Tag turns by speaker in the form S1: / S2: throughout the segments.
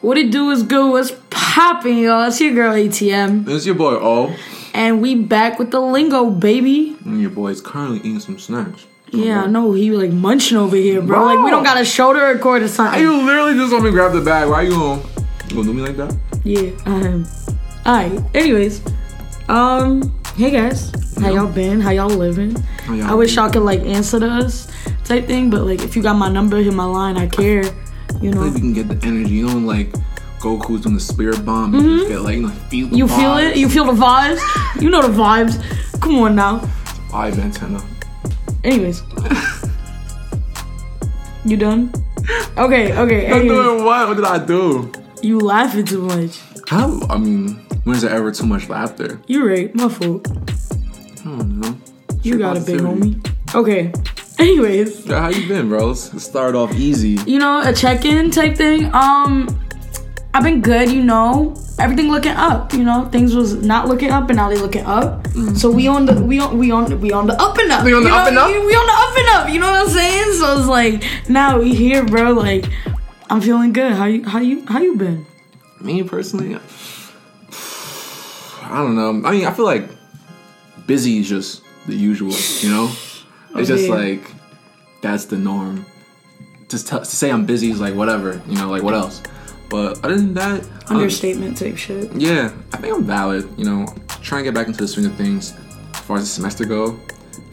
S1: What it do is good. What's popping, y'all? It's your girl ATM,
S2: This is your boy O.
S1: and we back with the lingo, baby.
S2: And your boy is currently eating some snacks.
S1: Yeah, I know he like munching over here, bro.
S2: Bro.
S1: Like we don't got a shoulder record or
S2: Why
S1: something.
S2: you literally just let me grab the bag? Why you home? You gonna do me like that?
S1: Yeah. Um. All right. Anyways, um. Hey guys, how y'all been? How y'all living?
S2: How y'all
S1: I wish
S2: been?
S1: y'all could like answer to us type thing, but like if you got my number, hit my line. I care. You
S2: I think
S1: know.
S2: we can get the energy. You know, when, like Goku's doing the spirit bomb. You just get like, you know, feel
S1: Mm-hmm.
S2: the
S1: You feel it?
S2: vibes.
S1: You feel the vibes? You know the vibes. Come on now.
S2: vibe antenna.
S1: Anyways. you done? Okay, okay.
S2: I'm
S1: anyways.
S2: doing what? What did I do?
S1: You laughing too much.
S2: How? I mean, when is there ever too much laughter?
S1: You're right. My fault.
S2: I don't know.
S1: You
S2: Straight
S1: got it, big
S2: positivity.
S1: homie. Okay. Anyways.
S2: Yeah, how you been, bro? Let's start off easy.
S1: you know, a check-in type thing. Um, I've been good, you know. Everything looking up, you know. Things was not looking up, and now they looking up. So we on the we on we on we on the up and up.
S2: Mm-hmm. We on the
S1: you
S2: up
S1: know?
S2: and up?
S1: We on the up and up. You know what I'm saying? So it's like now we here, bro. Like I'm feeling good. How you how you how you been?
S2: Me personally, I don't know. I mean, I feel like busy is just the usual, you know? It's just
S1: Okay.
S2: like that's the norm. Just to, to say I'm busy is like whatever, you know, like what else? But other than that, um,
S1: Understatement type shit.
S2: yeah, I think I'm valid. You know, trying to get back into the swing of things as far as the semester go.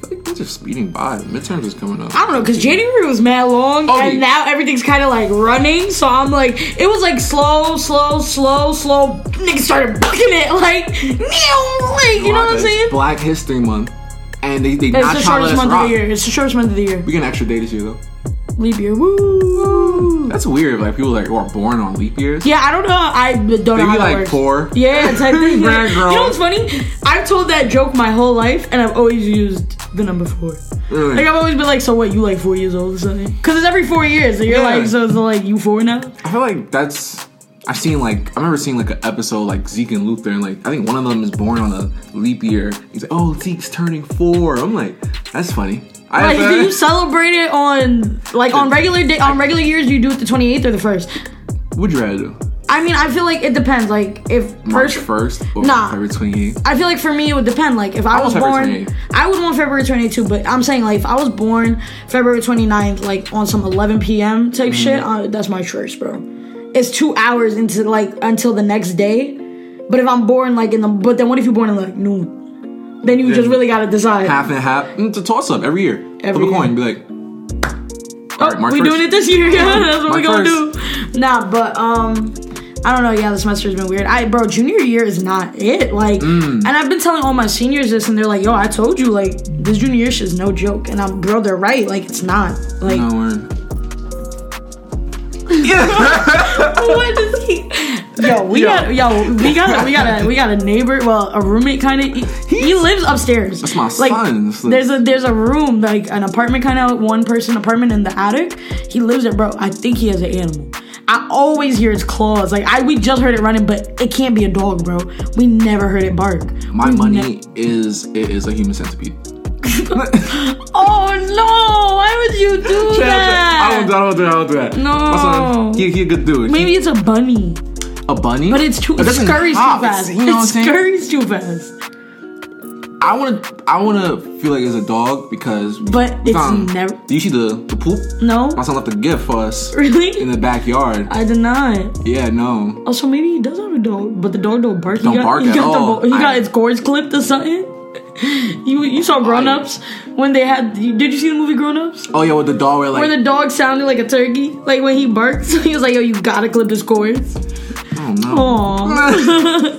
S2: I feel like things are speeding by. Midterms is coming up.
S1: I don't know, cause January was mad long,
S2: Oh,
S1: and
S2: yeah.
S1: now everything's kind of like running. So I'm like, it was like slow, slow, slow, slow. Niggas started booking it, like, meow, like you know what I'm
S2: It's
S1: saying?
S2: Black History Month, and they they
S1: It's
S2: not
S1: the
S2: trying to let
S1: shortest
S2: us
S1: month of the
S2: rock.
S1: year. It's the shortest month of the year.
S2: We get an extra day this year though.
S1: Leap year, woo.
S2: That's weird. Like people like who are born on leap years.
S1: Yeah, I don't know. I don't know
S2: They
S1: how
S2: be
S1: that
S2: like
S1: works.
S2: poor.
S1: Yeah, type thing. you
S2: Grand girl.
S1: know what's funny? I've told that joke my whole life, and I've always used the number four.
S2: Really.
S1: Like I've always been like, so what? You like four years old or something? Because it's every four years, and you're
S2: Yeah.
S1: like, so it's like you four now.
S2: I feel like that's. I've seen like I remember seeing like an episode like Zeke and Luther and like I think one of them is born on a leap year. He's like, oh Zeke's turning four. I'm like, that's funny. I
S1: Like, do
S2: uh,
S1: you celebrate it on like on regular day on regular years? Do you do it the twenty eighth or the first?
S2: would you rather do
S1: I mean, I feel like it depends. Like if
S2: March
S1: first,
S2: first or
S1: Nah.
S2: February 28th?
S1: I feel like for me it would depend. Like if I,
S2: want
S1: was born,
S2: February 28th.
S1: I would want February twenty two. But I'm saying like if I was born February 29th, like on some eleven p.m. type shit, uh, that's my choice, bro. It's two hours into like until the next day. But if I'm born like in the but then what if you're born at like noon? Then you just really gotta decide.
S2: Half and half. Mm, It's a toss up every year.
S1: Every
S2: Flip
S1: year.
S2: a coin. Be like,
S1: Oh,
S2: Alright, March
S1: we
S2: 1st.
S1: doing it this year. Yeah, that's what we
S2: March
S1: gonna do. Nah, but um, I don't know. Yeah, the semester's been weird. I bro, junior year is not it. Like, and I've been telling all my seniors this, and they're like, "Yo, I told you, like, this junior year shit is no joke." And I'm, bro, they're right. Like, it's not. Like,
S2: no word. Yeah.
S1: what is he? Yo, we
S2: Yo.
S1: got yo, we got we got a we got a neighbor, well, a roommate kind of. He, he lives upstairs. That's
S2: my son. It's like-
S1: there's a there's a room like an apartment kind of one person apartment in the attic. He lives there, bro. I think he has an animal. I always hear its claws. Like I we just heard it running, but it can't be a dog, bro. We never heard it bark.
S2: My
S1: We
S2: money is it is a human centipede.
S1: ne- oh no! Why would you do
S2: I won't do
S1: that?
S2: I won't do that. I won't do that.
S1: No.
S2: My son, he, he a good dude.
S1: Maybe it's a bunny,
S2: a bunny,
S1: but it's too it
S2: doesn't
S1: scurries too
S2: hop.
S1: fast.
S2: You know what I'm
S1: it
S2: saying?
S1: scurries too fast.
S2: I want to. I want to feel like it's a dog because.
S1: But
S2: we
S1: it's
S2: found-
S1: never-
S2: Do you see the, the poop?
S1: No,
S2: My son left a gift for us
S1: really.
S2: in the backyard.
S1: I did not.
S2: Yeah, no.
S1: Also, maybe he does have a dog, but the dog don't bark.
S2: Don't
S1: he got,
S2: bark
S1: he
S2: at
S1: got
S2: all.
S1: The, he got
S2: I-
S1: its cords clipped or something. You you saw Grown Ups when they had. you- Did you see the movie Grown Ups?
S2: Oh yeah, with the dog, where like,
S1: Where the dog sounded like a turkey, like when he barked. So he was like, "Yo, you gotta clip his cords."
S2: oh no.
S1: Aww.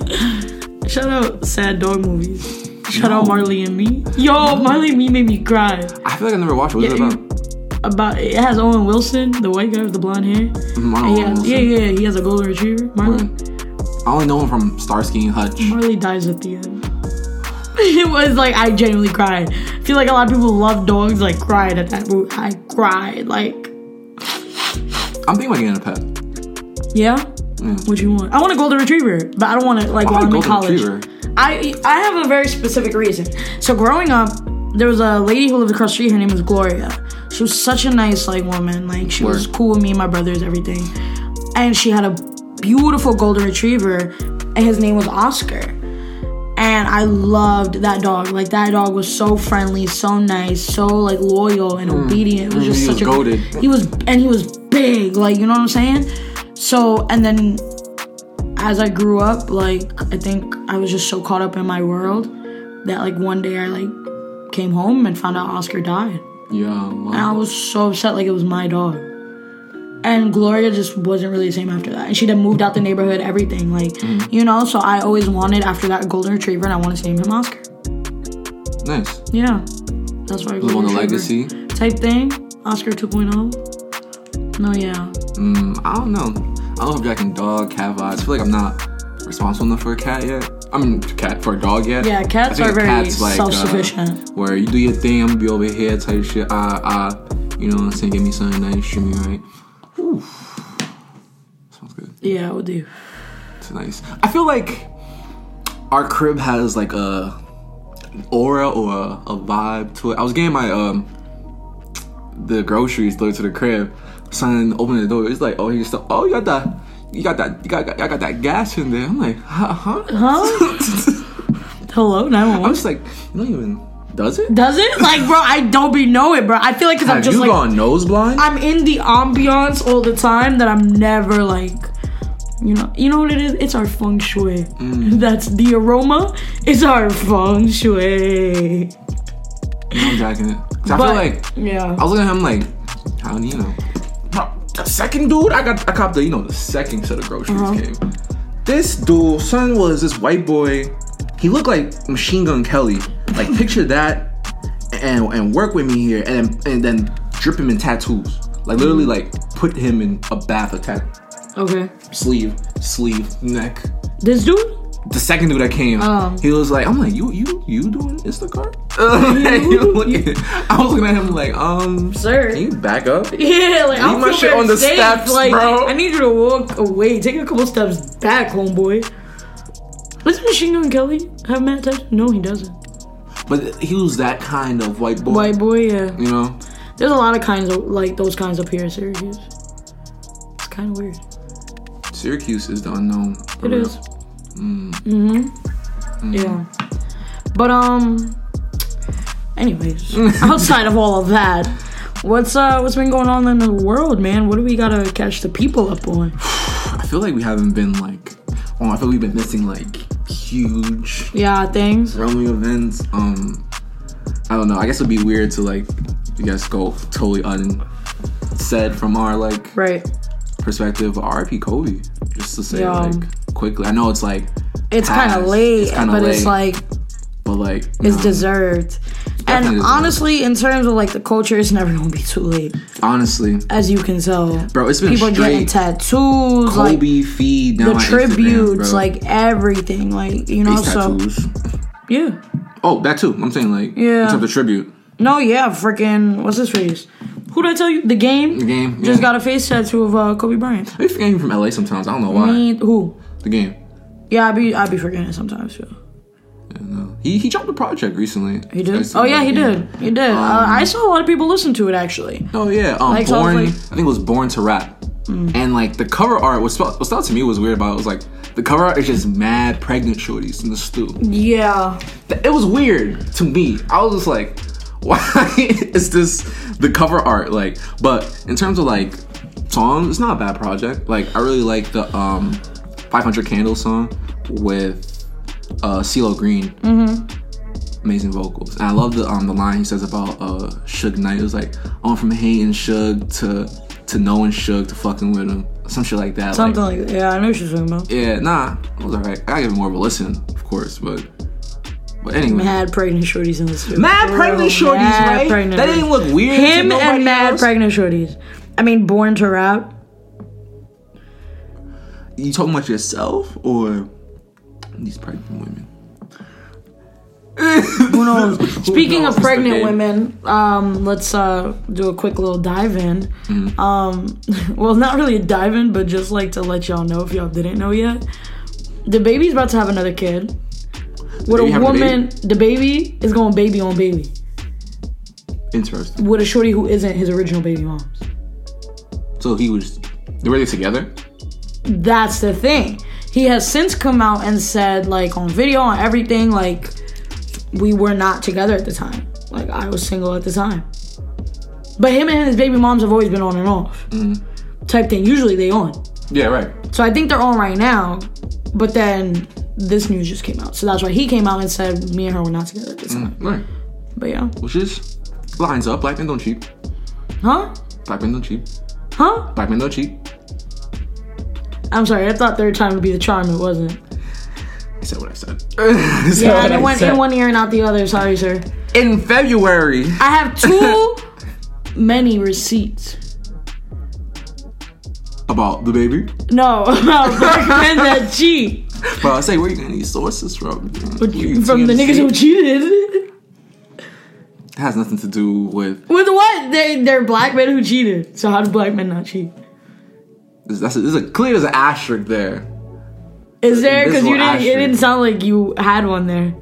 S1: Shout out sad dog movies. Shout out Marley and Me. Yo, Marley and Me made me cry.
S2: I feel like I never watched it. What's
S1: Yeah,
S2: it about?
S1: About it has Owen Wilson, the white guy with the blonde hair.
S2: Mm, I don't
S1: Yeah,
S2: know.
S1: yeah, yeah. He has a golden retriever. Marley.
S2: I only know him from Starsky and Hutch.
S1: Marley dies at the end. It was like I genuinely cried. I feel like a lot of people who love dogs like cried at that movie. I cried like,
S2: I'm thinking about getting a pet.
S1: yeah.
S2: Yeah.
S1: What you want? I want a golden retriever, but I don't want to like
S2: Why
S1: while I'm
S2: Mm. a
S1: in
S2: golden
S1: college.
S2: retriever?
S1: I I have a very specific reason. So growing up, there was a lady who lived across the street. Her name was Gloria. She was such a nice like woman. Like she was
S2: Word.
S1: cool with me and my brothers, everything. And she had a beautiful golden retriever, and his name was Oscar. And I loved that dog. Like that dog was so friendly, so nice, so like loyal and obedient. It was
S2: Mm,
S1: just
S2: he was
S1: such a
S2: goated.
S1: he was and he was big, like you know what I'm saying? So and then as I grew up, like I think I was just so caught up in my world that like one day I like came home and found out Oscar died.
S2: Yeah,
S1: And I
S2: wow.
S1: was so upset, like it was my dog. And Gloria just wasn't really the same after that. And she'd have moved out the neighborhood, everything, like
S2: Mm.
S1: you know. So I always wanted after that golden retriever, and I wanted to name him Oscar.
S2: nice.
S1: Yeah, that's why.
S2: Live
S1: Golden
S2: on the
S1: retriever
S2: legacy.
S1: type thing, Oscar 2.0. No, yeah,
S2: Mm, I don't know. I love Jack and dog, cat vibes. I feel like I'm not responsible enough for a cat yet. I mean, cat for a dog yet.
S1: Yeah, cats
S2: I think
S1: are
S2: a
S1: very
S2: cat's like, uh,
S1: self-sufficient.
S2: where you do your thing, I'm gonna be over here, type shit. Ah, ah. You know what I'm saying? Give me something nice, treat me right. Whew. Sounds good.
S1: yeah, I would do.
S2: It's nice. I feel like our crib has like a aura or a, a vibe to it. I was getting my um the groceries delivered to the crib. Son opened the door. It's like, oh, he's still, oh, you got that, you got that, you got, I got that gas in there. I'm like, huh? huh?
S1: Huh? Hello,
S2: I'm
S1: 911.
S2: just like, you don't even does it?
S1: Does it? Like, bro, I don't be know it, bro. I feel like because I'm
S2: Have
S1: just
S2: you
S1: like
S2: gone nose blind?
S1: I'm in the ambiance all the time that I'm never like, you know, you know what it is? It's our feng shui.
S2: Mm.
S1: That's the aroma. It's our feng shui.
S2: I'm jacking it. 'Cause I
S1: But
S2: feel like
S1: yeah,
S2: I was looking at him like, how do you know? Bro, the second dude, I got I copped the you know the second set of groceries came. This dude, son, was this white boy. He looked like Machine Gun Kelly. Like picture that, and and work with me here, and and then drip him in tattoos. Like literally, like put him in a bath of tat
S1: okay.
S2: sleeve, sleeve, neck.
S1: This dude,
S2: The second dude that came,
S1: Oh.
S2: he was like, I'm like, you you you doing Instacart? Like, he was looking- I was looking at him like, um,
S1: sir.
S2: can you back up?
S1: yeah, like I'm
S2: my
S1: feel
S2: shit on the
S1: very safe.
S2: steps,
S1: like,
S2: bro.
S1: I need you to walk away. Take a couple steps back, homeboy. Doesn't Machine Gun Kelly have Matt Tyson? No, he doesn't.
S2: But he was that kind of white boy.
S1: White boy, yeah.
S2: You know?
S1: There's a lot of kinds of like those kinds up here in Syracuse. It's kind of weird.
S2: Syracuse is the unknown. for
S1: It
S2: real.
S1: is. Mm. hmm Yeah. But um. Anyways, outside of all of that, what's uh what's been going on in the world, man? What do we gotta catch the people up on?
S2: I feel like we haven't been like oh I feel we've been missing like huge
S1: Yeah, things.
S2: roaming events. Um I don't know. I guess it'd be weird to like you guys go totally unsaid from our like
S1: Right.
S2: perspective. R.I.P. Kobe. Just to say
S1: Yeah.
S2: like quickly. I know it's like
S1: It's
S2: Past.
S1: kind of late,
S2: It's kinda
S1: but it's
S2: late.
S1: like
S2: but like
S1: it's
S2: nah.
S1: deserved. And
S2: Definitely deserved.
S1: honestly, in terms of like the culture, it's never gonna be too late,
S2: honestly.
S1: as you can tell.
S2: Bro, it's been
S1: People getting
S2: straight
S1: tattoos, like
S2: Kobe feed down
S1: the
S2: on Instagram,
S1: tributes,
S2: bro.
S1: like everything, like you know.
S2: Face
S1: So
S2: tattoos.
S1: yeah,
S2: Oh, that too. I'm saying like
S1: Yeah.
S2: in terms of tribute.
S1: no, yeah, freaking what's his face? Who did I tell you? The game.
S2: The game.
S1: Just
S2: yeah.
S1: got a face tattoo of uh, Kobe Bryant.
S2: I be forgetting from LA sometimes. I don't know why.
S1: Me, who?
S2: The game.
S1: Yeah, I be I be forgetting it sometimes. Yeah.
S2: Yeah, no. He he dropped a project recently.
S1: He
S2: I
S1: did.
S2: see
S1: Oh yeah,
S2: that
S1: he
S2: game.
S1: did. He did. uh, I saw a lot of people listen to it actually.
S2: Oh yeah. Um,
S1: Like, so I was
S2: born. I
S1: like- Mm.
S2: think it was Born to Rap. And like the cover art, what stood, what stood out to me was weird about it was like the cover art is just mad pregnant shorties in the stew.
S1: Yeah.
S2: It was weird to me. I was just like, why is this the cover art? Like, but in terms of like songs, it's not a bad project. Like, I really like the um 500 Candles song with uh CeeLo Green. Mm-hmm. Amazing vocals. And I love the um the line he says about uh Suge Knight. It was like, I went from hating Suge to to knowing Suge to fucking with him. Some shit like that. like-
S1: Something like that. Yeah, I know what you're talking about.
S2: yeah, nah, it was alright. I gotta give it more of a listen, of course, but but anyway.
S1: Mad pregnant shorties in this. film.
S2: Mad pregnant shorties,
S1: mad
S2: right?
S1: pregnant
S2: That didn't look weird. to
S1: Him
S2: nobody
S1: and mad
S2: else.
S1: pregnant shorties. I mean, born to rap.
S2: You talking about yourself or these pregnant women?
S1: Who knows? Speaking
S2: knows?
S1: of pregnant
S2: Okay.
S1: women, um, let's uh, do a quick little dive in. Um, well, not really a dive in, but just like to let y'all know if y'all didn't know yet, the baby's about to have another kid. With
S2: baby
S1: a
S2: having a
S1: woman, the baby is going baby on baby
S2: Interesting.
S1: with a shorty who isn't his original baby mom.
S2: So he was. Were they together?
S1: that's the thing. He has since come out and said, like, on video, on everything, like, we were not together at the time. Like, I was single at the time. But him and his baby moms have always been on and off type thing. Usually they on.
S2: Yeah, right.
S1: So I think they're on right now. But then this news just came out. So that's why he came out and said, me and her were not together at the time.
S2: Right.
S1: But yeah.
S2: Which is lines up. Black men don't cheat.
S1: Huh?
S2: Black men don't cheat.
S1: Huh?
S2: Black men don't cheat.
S1: I'm sorry. I thought third time would be the charm. It wasn't.
S2: I said what I said. I said
S1: Yeah,
S2: what
S1: and
S2: I
S1: it went
S2: said.
S1: in one ear and out the other. Sorry, sir.
S2: in February.
S1: I have too many receipts.
S2: About the baby.
S1: No, about Black men that cheat
S2: But I say, where you getting these sources from?
S1: from the niggas who cheated.
S2: It has nothing to do with.
S1: With what? They they're black men who cheated. So how do black men not cheat?
S2: That's a, there's a clear as an asterisk there.
S1: Is there?
S2: This
S1: Because you
S2: one
S1: didn't. It
S2: asterisk.
S1: didn't sound like you had one there.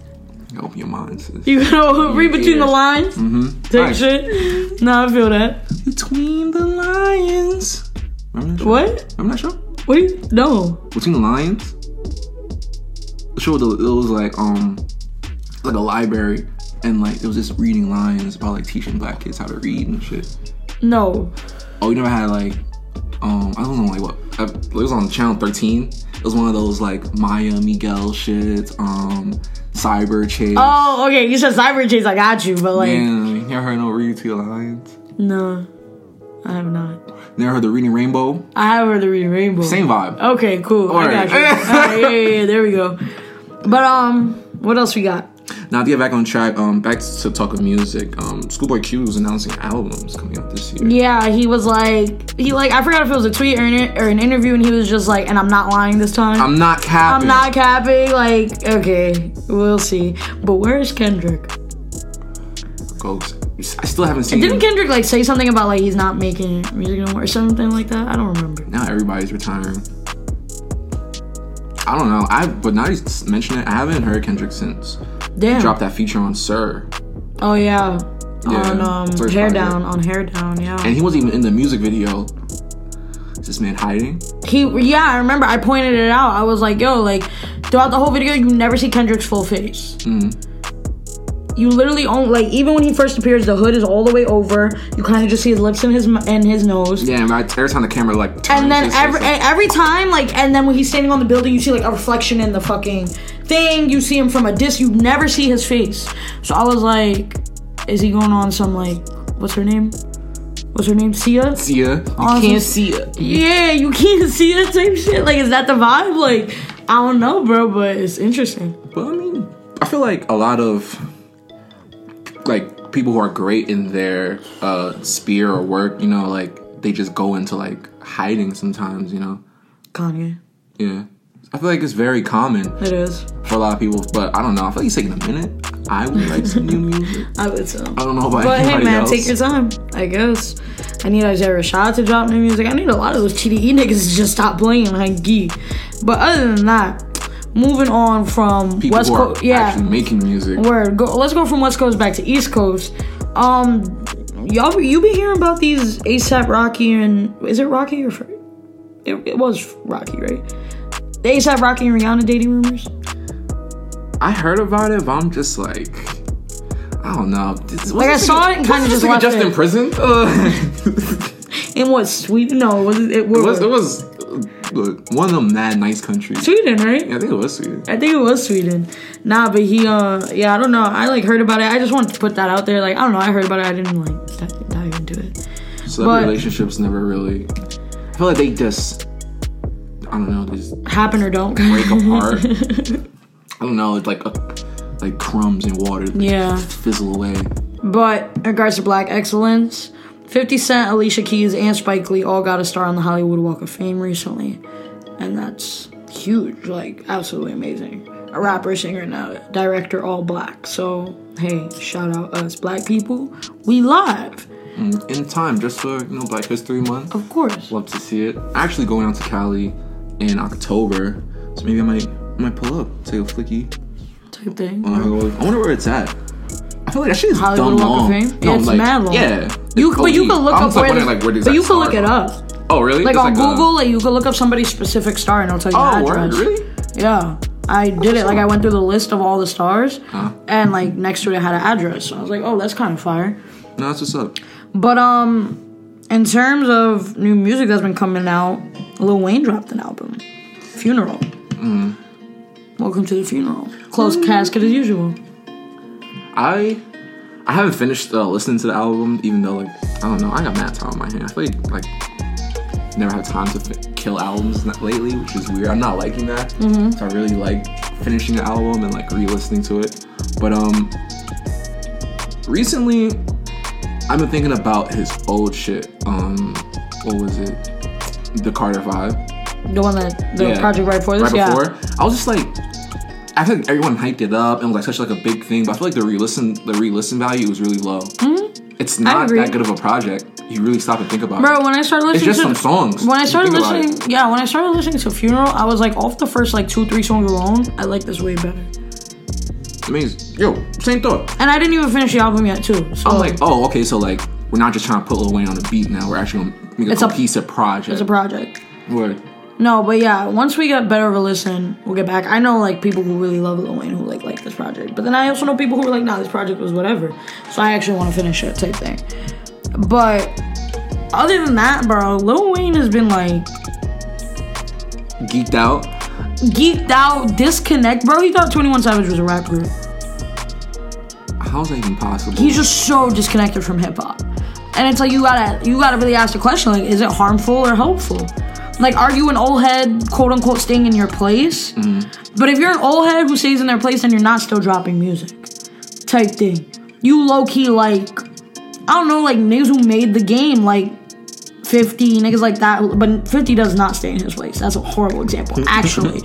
S2: Open your mind. sis.
S1: You know, read between the
S2: Yeah.
S1: lines. Mm-hmm. Take
S2: Right.
S1: shit. No, I feel that.
S2: Between the lions. Remember that show?
S1: What?
S2: Remember that show?
S1: What? Do you, no.
S2: Between the lions. The show that it was like um, like a library, and like it was just reading lines about like teaching black kids how to read and shit.
S1: No.
S2: Oh, you never had like, um, I was on like what? I, it was on channel thirteen. It was one of those like Maya Miguel shit, um, Cyber Chase.
S1: Oh, okay. You said cyber chase. I got you, but like,
S2: Man, you never heard no read to your lines.
S1: no, I have not.
S2: Never heard the Reading Rainbow.
S1: I have heard the reading rainbow.
S2: Same vibe.
S1: Okay, cool. I got
S2: Alright.
S1: you. Alright, yeah, yeah, yeah, there we go. But um, what else we got?
S2: Now to get back on track, um, back to talk of music. Um, Schoolboy Q is announcing albums coming out this year.
S1: Yeah, he was like, he like, I forgot if it was a tweet or an, or an interview, and he was just like, and I'm not lying this time.
S2: I'm not capping.
S1: I'm not capping. Like, okay, we'll see. But where's Kendrick?
S2: Ghost. I still haven't seen.
S1: Didn't
S2: him.
S1: Kendrick like say something about like he's not making music no more or something like that? I don't remember.
S2: now everybody's retiring. I don't know. I but now he's mentioning it. I haven't heard Kendrick since.
S1: Damn.
S2: Dropped that feature on Sir.
S1: Oh yeah.
S2: Yeah,
S1: On um,
S2: third
S1: hair
S2: project.
S1: down, on hair down, yeah.
S2: and he wasn't even in the music video. Is this man hiding?
S1: He, yeah, I remember. I pointed it out. I was like, yo, like throughout the whole video, you never see Kendrick's full face. You literally own like even when he first appears, the hood is all the way over. You kind of just see his lips and his m- and his nose.
S2: Yeah, and right, every time the camera like turns,
S1: And then
S2: it's-
S1: every
S2: it's like-
S1: and every time, like, and then when he's standing on the building, you see like a reflection in the fucking thing. You see him from a dis. You never see his face. So I was like, is he going on some like, what's her name? What's her name? Sia.
S2: see ya. You
S1: Awesome.
S2: can't see ya.
S1: Yeah, you can't see that type shit. Like, is that the vibe? Like, I don't know, bro, but it's interesting.
S2: But I mean, I feel like a lot of like people who are great in their uh sphere or work, you know, like they just go into like hiding sometimes, you know.
S1: Kanye.
S2: Yeah. I feel like it's very common
S1: It is.
S2: for a lot of people, but I don't know. I feel like it's taking a minute. I would like some new music.
S1: I would so.
S2: I don't know about
S1: But hey,
S2: anybody
S1: man,
S2: else.
S1: take your time. I guess. I need Isaiah Rashad to drop new music. I need a lot of those TDE niggas to just stop playing like gee. But other than that, moving on from
S2: people
S1: West
S2: who are
S1: Coast. Yeah,
S2: actually making music.
S1: word. Go, let's go from West Coast back to East Coast. Um, y'all, you be hearing about these ASAP Rocky and is it Rocky or? Fre- It, it was Rocky, right? The ASAP Rocky and Rihanna dating rumors.
S2: I heard about it, but I'm just like, I don't know. This,
S1: Like I saw it and kind of just left
S2: just in
S1: it.
S2: prison. Uh,
S1: In what Sweden? No, was it, it,
S2: it
S1: was,
S2: was, it was uh, look, one of them mad nice countries.
S1: Sweden, right?
S2: Yeah, I think it was Sweden.
S1: I think it was Sweden. Nah, but he, uh, yeah, I don't know. I like heard about it. I just wanted to put that out there. Like, I don't know. I heard about it. I didn't like di- dive into it.
S2: Celebrity
S1: But-
S2: relationships never really. I feel like they just, I don't know, they just
S1: Happen or don't.
S2: break apart. I don't know. It's like a, like crumbs in water. They
S1: Yeah.
S2: just fizzle away.
S1: But in regards to black excellence, 50 Cent, Alicia Keys, and Spike Lee all got a star on the Hollywood Walk of Fame recently. And that's huge. Like, absolutely amazing. A rapper, singer, and a director, all black. So, hey, shout out us black people. We live,
S2: Mm, In time, just for you know Black History Month.
S1: of course.
S2: Love to see it. I actually going out to Cali in October, so maybe I might might pull up, take a flicky.
S1: Type thing.
S2: I wonder where it's at. I feel like that shit is
S1: Hollywood
S2: dumb
S1: Walk of
S2: long.
S1: Fame? Yeah, it's
S2: like,
S1: mad long.
S2: Yeah,
S1: You,
S2: It's
S1: but you
S2: OD.
S1: can look
S2: I'm
S1: up
S2: just
S1: where,
S2: wondering,
S1: the-
S2: like, where the
S1: but you
S2: exact
S1: can look it
S2: stars
S1: up.
S2: Oh, really?
S1: Like
S2: It's
S1: on
S2: a-
S1: Google, like you could look up somebody's specific star and it'll tell you
S2: oh,
S1: the
S2: word,
S1: address.
S2: really?
S1: Yeah. I did it. Like I went through the list of all the stars and like next to it, it had an address. So I was like, oh, that's kind of fire.
S2: No, that's what's up.
S1: But um, in terms of new music that's been coming out, Lil Wayne dropped an album, Funeral.
S2: Mm-hmm.
S1: Welcome to the funeral. Closed casket as usual.
S2: I I haven't finished uh, listening to the album, even though like I don't know, I got mad time on my hand. I feel like, like never had time to fi- kill albums n- lately, which is weird. I'm not liking that. So I really like finishing the album and like re-listening to it. But um, recently I've been thinking about his old shit. Um, what was it? The Carter Five.
S1: The one that the
S2: Yeah.
S1: project right before this.
S2: Right
S1: yeah.
S2: before, I was just like, I feel like everyone hyped it up and was like such like a big thing, but I feel like the re-listen, the re-listen value was really low. It's not
S1: Hmm? agree.
S2: that good of a project. You really stop and think about it.
S1: Bro, when I started listening
S2: just
S1: to
S2: some songs.
S1: When I
S2: You
S1: started
S2: think about
S1: listening, yeah, when I started listening to Funeral, I was like off the first like two, three songs alone. I like this way better,
S2: I mean, it's- yo, same thought.
S1: and I didn't even finish the album yet too. So
S2: I'm like, oh, okay, so like we're not just trying to put Lil Wayne on a beat now. We're actually gonna make a
S1: It's a-
S2: cohesive project.
S1: it's a project.
S2: Word.
S1: No, but yeah, once we get better of a listen, we'll get back. I know like people who really love Lil Wayne who like like this project, but then I also know people who were like, nah, this project was whatever. So I actually want to finish it type thing. But other than that, bro, Lil Wayne has been like
S2: Geeked out.
S1: geeked out, disconnect, bro. He thought Twenty One Savage was a rap group.
S2: How's that even possible?
S1: he's just so disconnected from hip hop. And it's like you gotta you gotta really ask the question like, is it harmful or helpful? Like, are you an old head, quote unquote, staying in your place? But if you're an old head who stays in their place, then you're not still dropping music, type thing. You low key like, I don't know, like niggas who made the game, like. 50 niggas like that but 50 does not stay in his place that's a horrible example actually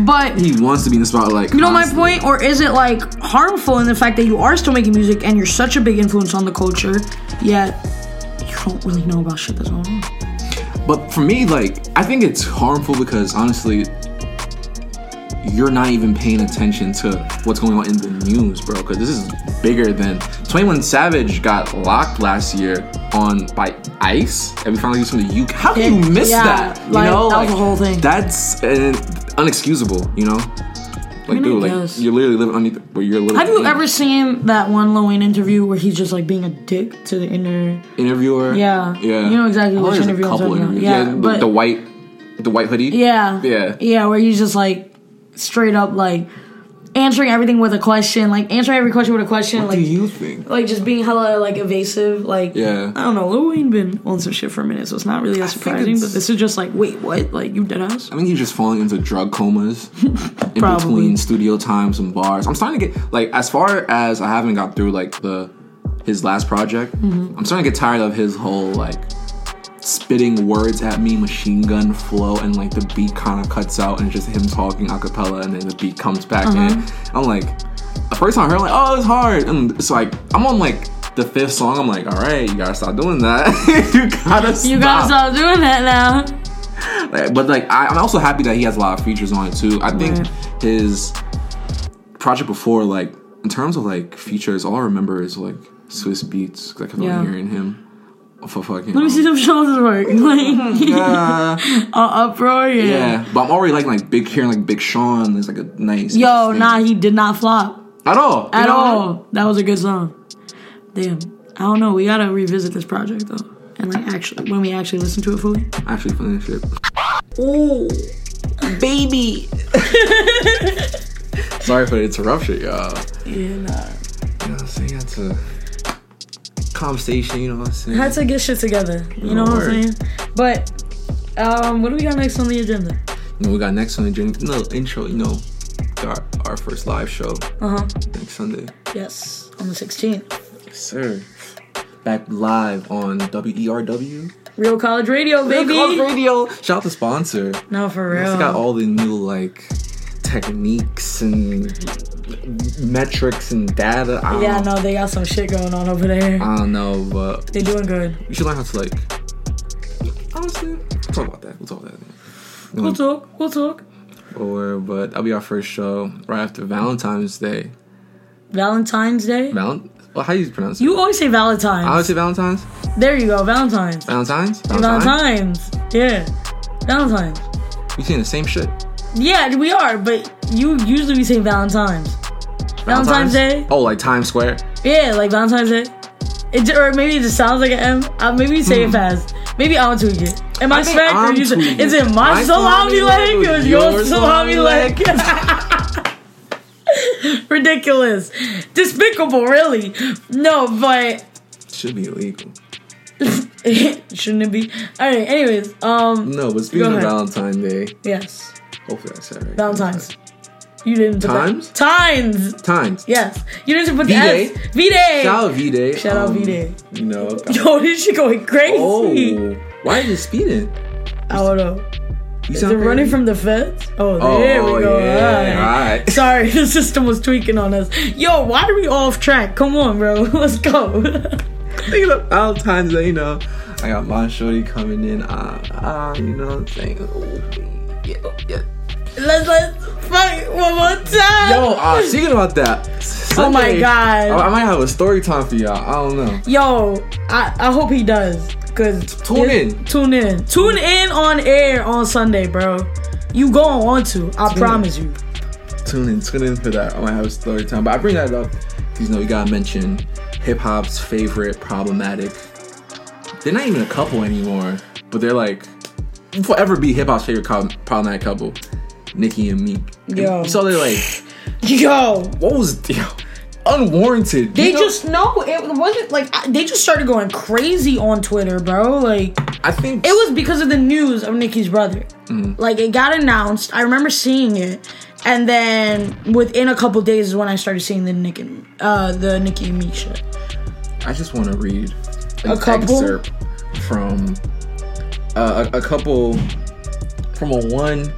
S1: but
S2: he wants to be in the spotlight.
S1: you know my point, or is it like harmful in the fact that you are still making music and you're such a big influence on the culture, yet you don't really know about shit that's going on?
S2: But for me, like, I think it's harmful because honestly, you're not even paying attention to what's going on in the news, bro. Because this is bigger than 21 Savage got locked last year on by ICE, and we finally used from the UK. How can you
S1: Yeah,
S2: miss
S1: yeah,
S2: that? You
S1: like,
S2: know,
S1: that was the whole thing.
S2: That's uh, unexcusable. You know, like,
S1: mean, I
S2: dude,
S1: guess.
S2: like you're literally living underneath where you're living.
S1: Have you ever seen that one Lil Wayne interview where he's just like being a dick to the inner?
S2: interviewer?
S1: Yeah.
S2: yeah.
S1: You know exactly
S2: I know
S1: which
S2: there's
S1: interview
S2: A
S1: I'm
S2: couple
S1: talking about.
S2: interviews.
S1: Yeah,
S2: the-
S1: but-
S2: the white, the white hoodie.
S1: Yeah.
S2: Yeah.
S1: Yeah, where he's just like straight up like answering everything with a question, like answering every question with a question,
S2: What
S1: like
S2: do you think?
S1: like just being hella like evasive, like
S2: Yeah.
S1: I don't know. Lil Wayne been on some shit for a minute, so it's not really that
S2: think
S1: surprising. But
S2: it's-
S1: this is just like, wait, what? Like you dead ass?
S2: I think he's just falling into drug comas in
S1: Probably.
S2: between studio times and bars. I'm starting to get like as far as I haven't got through like the his last project.
S1: Mm-hmm.
S2: I'm starting to get tired of his whole like spitting words at me, machine gun flow, and like the beat kind of cuts out and it's just him talking a cappella, and then the beat comes back in.
S1: Uh-huh.
S2: I'm like, the first time I heard, like, oh, it's hard, and it's like I'm on like the fifth song. I'm like, all right, you gotta stop doing that. you gotta stop.
S1: You gotta stop doing that now.
S2: Like, Eh, but like I, I'm also happy that he has a lot of features on it too. I think
S1: Right.
S2: his project before, like in terms of like features, all I remember is like Swiss Beats 'cause I kept
S1: Yeah.
S2: on hearing him for fucking.
S1: Let me see some shoulders work. Like
S2: Yeah,
S1: uh, uproar, yeah.
S2: yeah, but I'm already like like big hearing like Big Sean. There's like a nice
S1: Yo,
S2: thing.
S1: nah, he did not flop
S2: at all you
S1: at
S2: know?
S1: all. That was a good song. Damn, I don't know. We gotta revisit this project though, and like actually, when we actually listen to it fully.
S2: I Actually, feeling shit.
S1: Ooh, baby.
S2: Sorry for the interruption, y'all.
S1: Yeah, nah.
S2: You know what I'm saying? That's a conversation. You know what I'm saying?
S1: Had to get shit together. You know what I'm saying? But um, what do we got next on the agenda?
S2: You know, we got next Sunday during no intro, you know, our, our first live show
S1: Uh huh.
S2: next Sunday.
S1: Yes, on the 16th.
S2: Uh-huh. Yes, sir. Back live on E WERW.
S1: Real college radio, baby.
S2: Club Radio. Shout out to sponsor. It's
S1: No, for real.
S2: got all the new like techniques and metrics and data. I don't,
S1: yeah,
S2: know.
S1: no, they got some shit going on over there.
S2: I don't know, but
S1: they doing good.
S2: you should learn how to like honestly we'll talk about that. We'll talk about that.
S1: We'll talk. We'll talk.
S2: Or but that'll be our first show right after Valentine's Day.
S1: Valentine's Day.
S2: Valent Well, how do you pronounce it?
S1: You always say Valentine's.
S2: I would say Valentine's.
S1: there you go, Valentine's.
S2: Valentine's.
S1: Valentine's. Yeah. Valentine's.
S2: We saying the same shit.
S1: Yeah, we are, but you usually be saying Valentine's. Valentine's Day?
S2: Oh, like Times Square.
S1: Yeah, like Valentine's Day. It, j- or maybe it just sounds like an M. Uh, maybe you say it fast. Maybe I'll tweak it. Am I,
S2: Hmm. I think
S1: smacked or
S2: I'm
S1: you say,
S2: tweaking.
S1: is it my,
S2: My
S1: salami
S2: salami leg
S1: leg or
S2: with
S1: your
S2: your
S1: salami
S2: salami
S1: leg? Ridiculous. Despicable, really. No, but
S2: Should be illegal.
S1: shouldn't it be? All right, anyways, um,
S2: No, but speaking of
S1: ahead.
S2: Valentine's Day,
S1: yes.
S2: hopefully I said it right.
S1: Valentine's. You didn't put
S2: Times?
S1: That. Times.
S2: Times.
S1: Yes. You didn't put the
S2: V-Day.
S1: S. V-Day.
S2: Shout out V Day.
S1: Shout out V-Day.
S2: You know.
S1: Yo, this shit going crazy.
S2: Oh, why are you speeding?
S1: I don't know.
S2: You
S1: Is it running from the feds? Oh, there
S2: oh,
S1: we go.
S2: yeah,
S1: All right.
S2: alright.
S1: Sorry, the system was tweaking on us. Yo, why are we off track? Come on, bro. Let's go.
S2: Speaking of Valentine's Day, you know, I got my shorty coming in. Ah, ah, you know what I'm saying? Oh, yeah, yeah.
S1: let's let's fuck it one more time.
S2: Yo, uh, speaking about that.
S1: Oh my
S2: Sunday,
S1: God.
S2: I, I might have a story time for y'all. I don't know.
S1: Yo, I, I hope he does. Cause
S2: Tune
S1: it-
S2: in.
S1: Tune in. Tune in on air on Sunday, bro. You going on to. I promise you.
S2: Tune in, tune in for that. I might have a story time. But I bring that up because, you know, you gotta mention hip hop's favorite problematic. They're not even a couple anymore, but they're like, forever be hip hop's favorite com- problematic couple. Nicki and Meek. And
S1: Yo.
S2: You saw they're like,
S1: Yo.
S2: what was yo, unwarranted?
S1: They
S2: You know,
S1: just no, it wasn't like I- they just started going crazy on Twitter, bro. Like
S2: I think
S1: It was because of the news of Nikki's brother. Like it got announced. I remember seeing it, and then within a couple days is when I started seeing the Nick and uh, the Nikki and Meek shit.
S2: I just want to read an
S1: A couple?
S2: excerpt from uh, a, a couple from a one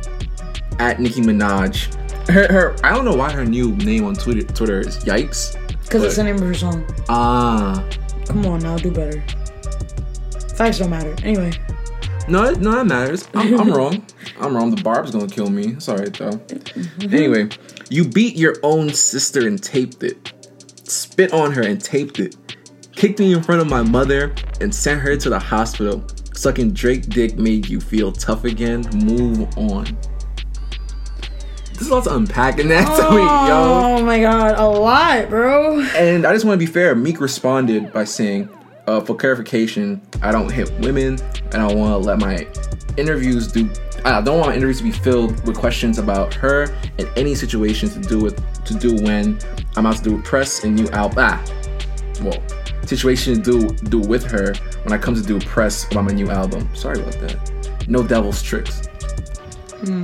S2: at Nicki Minaj. Her, her, I don't know why her new name on Twitter, Twitter is Yikes.
S1: Because it's the
S2: But-
S1: name of her song.
S2: Ah,
S1: Come on now, do better. Facts don't matter. Anyway,
S2: no, it- no, that matters. I'm, I'm wrong. I'm wrong. The Barb's gonna kill me. It's alright though. Anyway, you beat your own sister and taped it. Spit on her and taped it. Kicked me in front of my mother and sent her to the hospital. Sucking Drake dick made you feel tough again. Move on. There's a lot to unpack in that tweet, yo.
S1: oh my god, a lot, bro.
S2: And I just want to be fair. Meek responded by saying, uh, "For clarification, I don't hit women, and I want to let my interviews do. I don't want my interviews to be filled with questions about her and any situation to do with to do when I'm out to do with press and new out ah, well, situation to do do with her when I come to do press about my new album. Sorry about that. No devil's tricks.
S1: Hmm.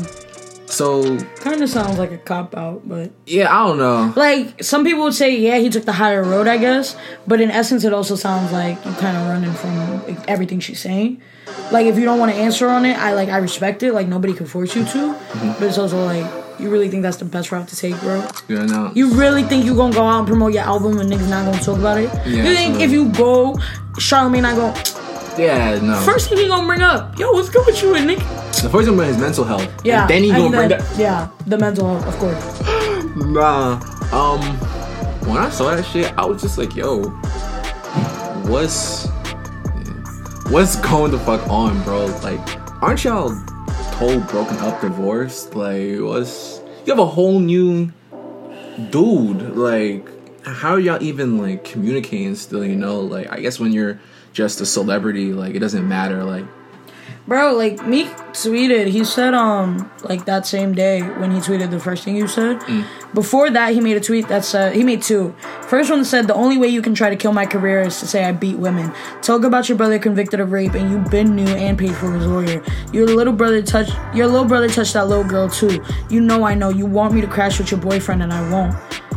S2: So
S1: Kind of sounds like a cop out, but
S2: yeah, I don't know.
S1: like some people would say, yeah, he took the higher road, I guess. But in essence, it also sounds like you kind of running from everything she's saying. Like if you don't want to answer on it, I like I respect it. Like nobody can force you to.
S2: Mm-hmm.
S1: But it's also like you really think that's the best route to take, bro.
S2: Yeah, no.
S1: You really think you gonna go out and promote your album and niggas not gonna talk about it?
S2: Yeah,
S1: you think
S2: absolutely.
S1: if you go, Charlamagne not gonna
S2: yeah, no.
S1: first thing he gonna bring up? Yo, what's good with you and Nick?
S2: The first one was his mental health.
S1: Yeah.
S2: And then he
S1: and
S2: gonna bring
S1: then-
S2: that.
S1: Yeah, the mental health, of course.
S2: Nah. Um. When I saw that shit, I was just like, yo, what's what's going the fuck on, bro? Like, aren't y'all told broken up, divorced? Like, what's you have a whole new dude? Like, how are y'all even like communicating still? You know, like I guess when you're just a celebrity, like it doesn't matter. Like,
S1: Bro, like Meek tweeted, he said um like that same day when he tweeted the first thing you said. Before that, he made a tweet that said he made two. First one said the only way you can try to kill my career is to say I beat women. Talk about your brother convicted of rape and you been new and paid for his lawyer. Your little brother touched your little brother touched that little girl too. You know I know you want me to crash with your boyfriend and I won't.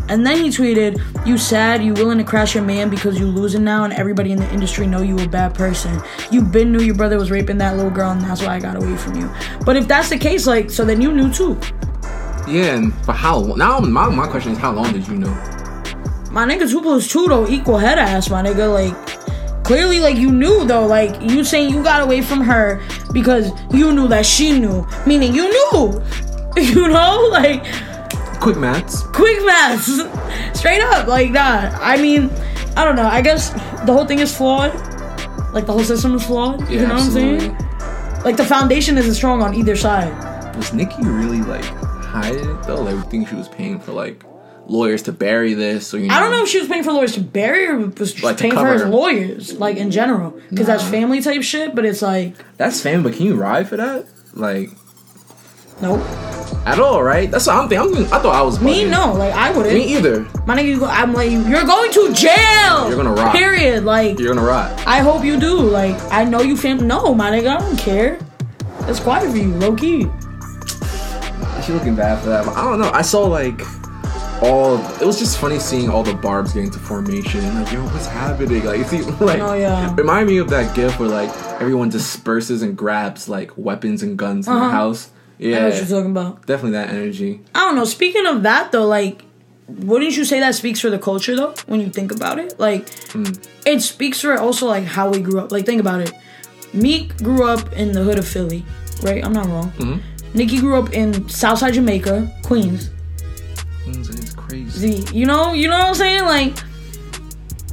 S1: And then he tweeted, "You sad? You willing to crash your man because you losing now, and everybody in the industry know you a bad person. You been knew your brother was raping that little girl, and that's why I got away from you. But if that's the case, like, so then you knew too,
S2: yeah, and for how long? Now, my my question is, how long did you know?
S1: my nigga. Two plus two though equal head ass, my nigga. Like, clearly, like you knew though. Like you saying you got away from her because you knew that she knew, meaning you knew, you know, like."
S2: Quick maths.
S1: quick maths straight up like that i mean I don't know. I guess the whole thing is flawed. Like the whole system is flawed. you know what I'm saying? Like the foundation isn't strong on either side.
S2: Was Nikki really like hiding it though? Like, think she was paying for like lawyers to bury this, or you know,
S1: I don't know if she was paying for lawyers to bury or was just
S2: Like, to
S1: paying for
S2: cover
S1: his
S2: her.
S1: lawyers, like in general, because that's
S2: Nah.
S1: family type shit. But it's like,
S2: That's fame, but can you ride for that? Like,
S1: nope.
S2: at all, right? That's what I'm thinking. I'm thinking I thought I was
S1: Me
S2: bugging.
S1: no, like I wouldn't.
S2: Me either.
S1: My nigga, you go, I'm like, you're going to jail.
S2: You're gonna rot.
S1: Period. Like,
S2: You're gonna ride.
S1: I hope you do. Like, I know you fam. No, my nigga, I don't care. It's quiet for you, low key.
S2: She looking bad for that. But I don't know. I saw like all. It was just funny seeing all the barbs getting to formation. Like, yo, what's happening? Like, it's even, like,
S1: Oh, yeah.
S2: remind me of that gif where like everyone disperses and grabs like weapons and guns in the
S1: Uh-huh.
S2: house.
S1: I
S2: Yeah,
S1: know what you're talking about.
S2: definitely that energy.
S1: I don't know. Speaking of that, though, like, wouldn't you say that speaks for the culture, though, when you think about it? Like, it speaks for also, like, how we grew up. Like, think about it. Meek grew up in the hood of Philly, right? I'm not wrong. Nikki grew up in Southside Jamaica, Queens.
S2: It's crazy.
S1: the you know you know what i'm saying like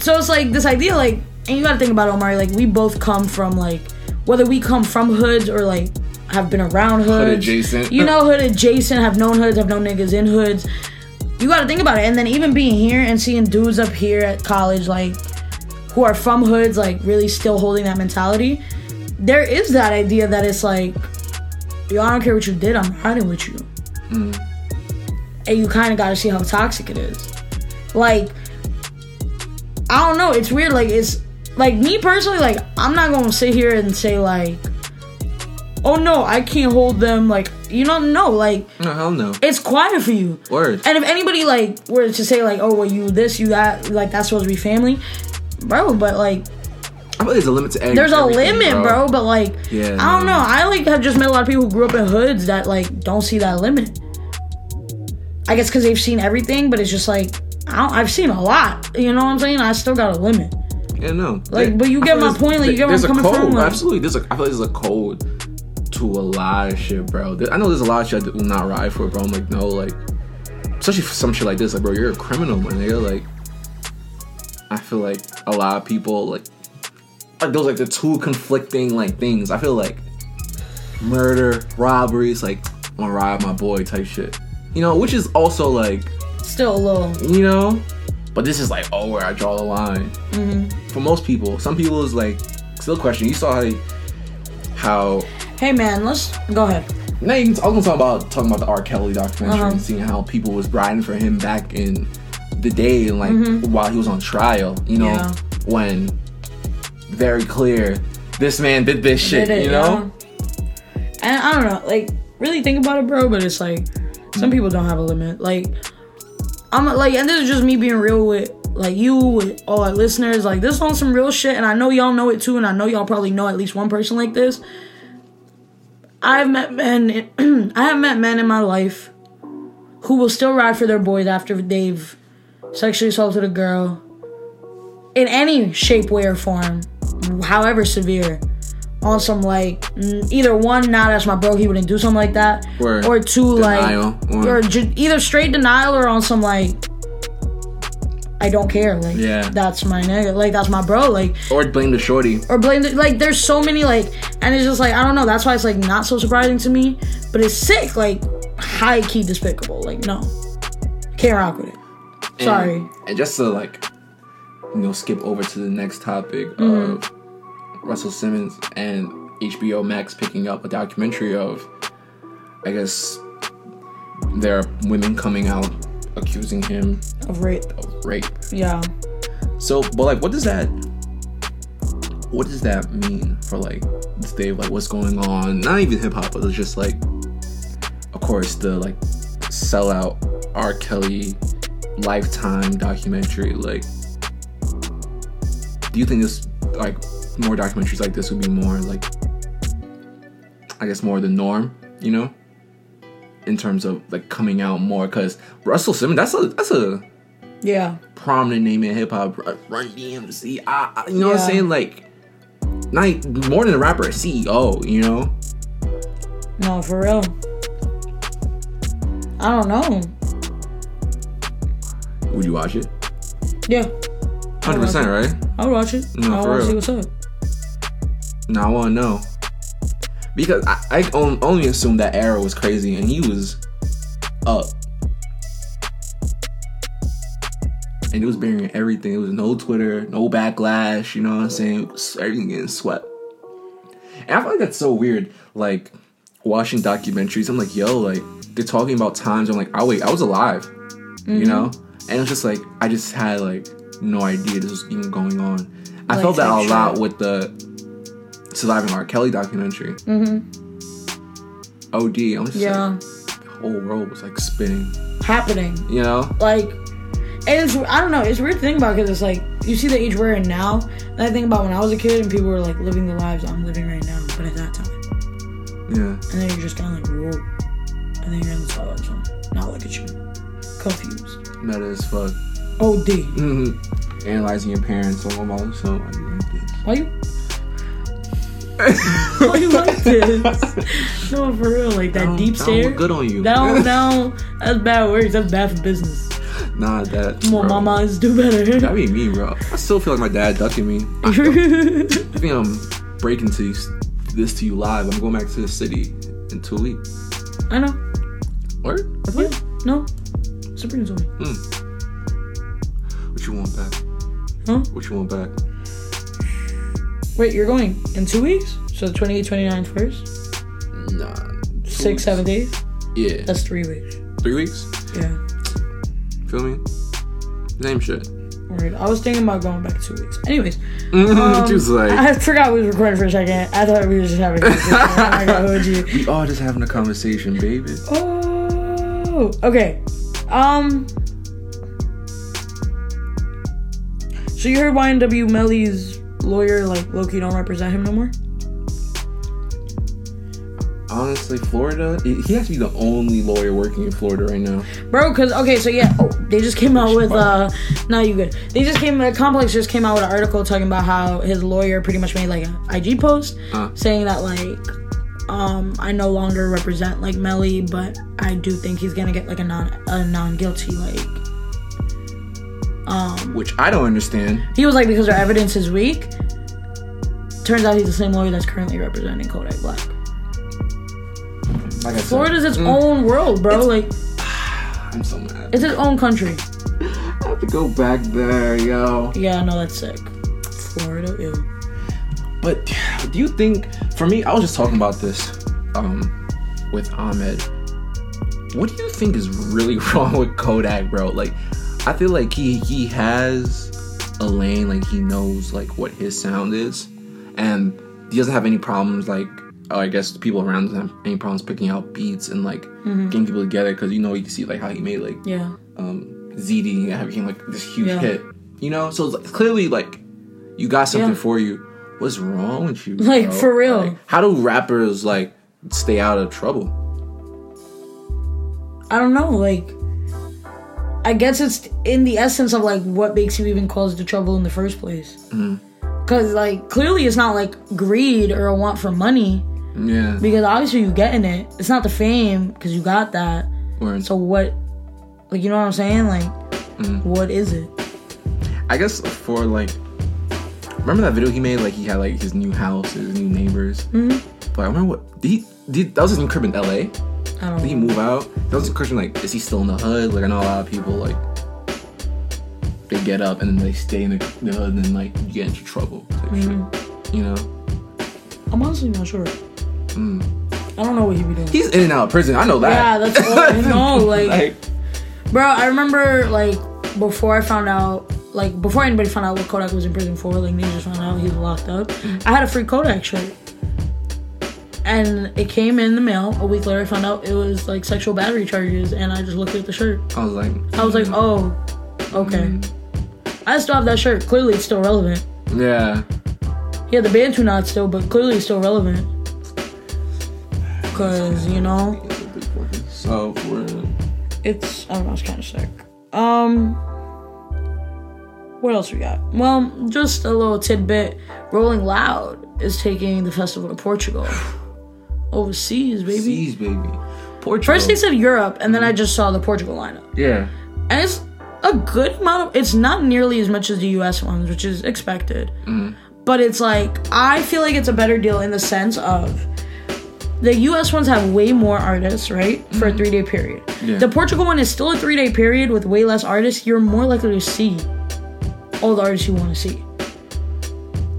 S1: so it's like this idea like and you gotta think about it omari like we both come from like whether we come from hoods or like have been around hoods
S2: adjacent.
S1: you know hood adjacent have known hoods have known niggas in hoods you gotta think about it and then even being here and seeing dudes up here at college like who are from hoods like really still holding that mentality there is that idea that it's like yo i don't care what you did i'm riding with you and you kind of got to see how toxic it is. Like, I don't know. It's weird. Like, it's like me personally. Like, I'm not gonna sit here and say like, oh no, I can't hold them. Like, you don't know. Like,
S2: No, hell no.
S1: it's quiet for you.
S2: Word.
S1: And if anybody like were to say like, oh well, you this, you that, like that's supposed to be family, bro. But like,
S2: I feel like there's a limit to everything.
S1: there's a
S2: everything,
S1: limit, bro. But like,
S2: Yeah,
S1: I don't
S2: no.
S1: know. I like have just met a lot of people who grew up in hoods that like don't see that limit. I guess because they've seen everything, but it's just like I don't, I've seen a lot. You know what I'm saying? I still got a limit.
S2: Yeah, no.
S1: Like, but you
S2: I
S1: get
S2: feel
S1: my
S2: there's-
S1: point, like, you get where
S2: there's
S1: I'm
S2: a
S1: coming from,
S2: code.
S1: like-
S2: Absolutely, there's a. I feel like there's a code to a lot of shit, bro. There- I know there's a lot of shit I will not ride for, bro. I'm like, no, like, especially for some shit like this, like, bro, you're a criminal, my nigga. Like, I feel like a lot of people, like, like those, like the two conflicting like things. I feel like murder, robberies, like, I'm gonna ride my boy type shit. You know, which is also like
S1: Still a little.
S2: you know but this is like oh where i draw the line
S1: Mm-hmm.
S2: for most people some people is like still question you saw how they, how
S1: Hey man, let's go ahead.
S2: now you can, i was gonna talk about talking about the r kelly documentary
S1: Uh-huh.
S2: and seeing how people was riding for him back in the day and like while he was on trial you know
S1: Mm-hmm. Yeah.
S2: when very clear this man did this shit
S1: Did it,
S2: you know
S1: yeah. And I don't know, like really think about it, bro. But it's like some people don't have a limit. Like I'm like, and this is just me being real with like you, with all our listeners. Like this is on some real shit, and I know y'all know it too, and I know y'all probably know at least one person like this. I've met men. I have met men in my life who will still ride for their boys after they've sexually assaulted a girl in any shape, way, or form, however severe on some like mm, either one, nah, that's my bro, he wouldn't do something like that,
S2: Word.
S1: or two,
S2: Denial,
S1: like,
S2: or-
S1: or ju- either straight denial or on some like, I don't care, like,
S2: Yeah.
S1: that's my nigga, like that's my bro, like,
S2: or blame the shorty
S1: or blame the, like there's so many like and it's just like i don't know that's why it's like not so surprising to me but it's sick like high key despicable like no can't rock with it sorry
S2: And, and just to like, you know, skip over to the next topic of Russell Simmons and HBO Max picking up a documentary of, I guess, there are women coming out accusing him
S1: of rape
S2: of rape.
S1: yeah
S2: So, but like, what does that? What does that mean for like this day of like what's going on? Not even hip hop, but it's just like, of course, the like sellout R. Kelly lifetime documentary. Like, do you think this like more documentaries like this would be more like, I guess, more the norm? You know, in terms of like coming out more because Russell Simmons, that's a that's a
S1: yeah
S2: prominent name in hip hop. Run Run DMC, I, I, you know what
S1: Yeah.
S2: I'm saying? Like, not more than a rapper, a CEO. You know?
S1: no for real i don't know
S2: Would you watch it?
S1: yeah
S2: Hundred percent, right?
S1: I would watch it.
S2: No,
S1: I would
S2: for
S1: want to see
S2: real.
S1: what's up.
S2: Now I want to know because I, I on- only assumed that Arrow was crazy and he was up, and it was burying everything. It was no Twitter, no backlash. You know what I'm saying? Everything getting swept. And I feel like that's so weird. Like watching documentaries, I'm like, yo, like they're talking about times. I'm like, oh wait, I was alive. You know? And it's just like I just had like no idea this was even going on. I
S1: Like,
S2: felt that a
S1: actual-
S2: lot with the surviving R. Kelly documentary. Mm-hmm. OD. I'm just yeah.
S1: Yeah,
S2: like the whole world was like spinning.
S1: happening.
S2: You know?
S1: like and it's I don't know, it's a weird thing about because it's like you see the age we're in now, and I think about when I was a kid and people were like living the lives I'm living right now, but at that time,
S2: Yeah.
S1: and then you're just kind of like, whoa, and then you're in the twilight zone. Now look at you, confused,
S2: Meta as fuck.
S1: OD.
S2: hmm Analyzing your parents all about so I didn't like this.
S1: Why you? Why Oh, you like this? No, for real, like that
S2: Don't-
S1: deep
S2: don't
S1: stare.
S2: look good on you.
S1: No, no, that's bad words. That's bad for business.
S2: Nah, that.
S1: Come on,
S2: bro.
S1: mamas, do better.
S2: That be me, bro. I still feel like my dad ducking me. I think I'm breaking to you- this to you live. I'm going back to the city in two weeks.
S1: I know.
S2: Word? That's
S1: Yeah. No. Sabrina told me.
S2: What you want back?
S1: Huh?
S2: What you want back?
S1: Wait, you're going in two weeks? So 28, 29 first?
S2: Nah. two
S1: Six,
S2: weeks.
S1: seven days?
S2: Yeah.
S1: That's three weeks.
S2: Three weeks?
S1: Yeah.
S2: Feel me? Same shit.
S1: Alright. I was thinking about going back two weeks. Anyways,
S2: she was like,
S1: Um, I forgot we was recording for a second. I thought we were just having a conversation. oh my god, OG.
S2: we all just having a conversation, baby.
S1: Oh okay. Um So you heard YNW Melly's lawyer like Loki don't represent him no more?
S2: Honestly, Florida, he he has to be the only lawyer working in Florida right now.
S1: Bro, cause okay, so yeah, oh, they just came out with uh, no, you good. They just came. The complex just came out with an article talking about how his lawyer pretty much made like an IG post
S2: Uh.
S1: saying that like, um, I no longer represent like Melly, but I do think he's gonna get like a non a non guilty like.
S2: Which I don't understand.
S1: He was like because our evidence is weak. Turns out he's the same lawyer that's currently representing Kodak Black.
S2: Like I said,
S1: Florida's its own world, bro. like
S2: I'm so mad.
S1: it's its own country.
S2: I have to go back there, yo.
S1: Yeah, no, that's sick. Florida, ew.
S2: But do you think, for me, I was just talking about this um, with Ahmed. What do you think is really wrong with Kodak, bro? Like, I feel like he he has a lane, like he knows like what his sound is, and he doesn't have any problems. Like, oh, I guess people around him have any problems picking out beats and like getting people together because you know you can see like how he made like
S1: Yeah.
S2: um, ZD and became like this huge
S1: Yeah.
S2: hit. You know, so it's like, clearly like you got something
S1: Yeah.
S2: for you. What's wrong with you?
S1: Like,
S2: bro?
S1: for real.
S2: Like, how do rappers like stay out of trouble?
S1: I don't know, like I guess it's in the essence of like what makes you even cause the trouble in the first place. Cause like clearly it's not like greed or a want for money
S2: Yeah.
S1: because obviously you getting it. It's not the fame because you got that.
S2: Word.
S1: So what, like you know what I'm saying? Like what is it?
S2: I guess for like, remember that video he made? Like he had like his new house, his new neighbors. Mm-hmm. But I remember what did he, did, that was his new crib in L.A.
S1: I don't.
S2: Did he
S1: know.
S2: move out? That was the question. Like, is he still in the hood? Like, I know a lot of people like they get up and then they stay in the, the hood and then like you get into trouble. Type
S1: Mm-hmm.
S2: shit, you know,
S1: I'm honestly not sure. I don't know what he be doing.
S2: he's in and out of prison. I know
S1: yeah,
S2: that.
S1: that's all I know. Like,
S2: like
S1: Bro, I remember like before I found out, like before anybody found out what Kodak was in prison for, like they just found out he was locked up. I had a free Kodak shirt, and it came in the mail. A week later, I found out it was like sexual battery charges, and I just looked at the shirt.
S2: I was like,
S1: I was like, oh, okay. I still have that shirt. Clearly, it's still relevant.
S2: yeah,
S1: Yeah, the Bantu knot still, but clearly it's still relevant. Cause you know,
S2: so we're
S1: it's I don't know, it's kind of sick. Um, what else we got? Well, just a little tidbit. Rolling Loud is taking the festival to Portugal, overseas, baby.
S2: C's baby. Portugal.
S1: First they said Europe, and then I just saw the Portugal lineup,
S2: yeah,
S1: and it's a good amount of. It's not nearly as much as the U.S. ones, which is expected. But it's like I feel like it's a better deal in the sense of the U.S. ones have way more artists, right, for a three-day period.
S2: Yeah.
S1: The Portugal one is still a three-day period with way less artists. You're more likely to see all the artists you want to see.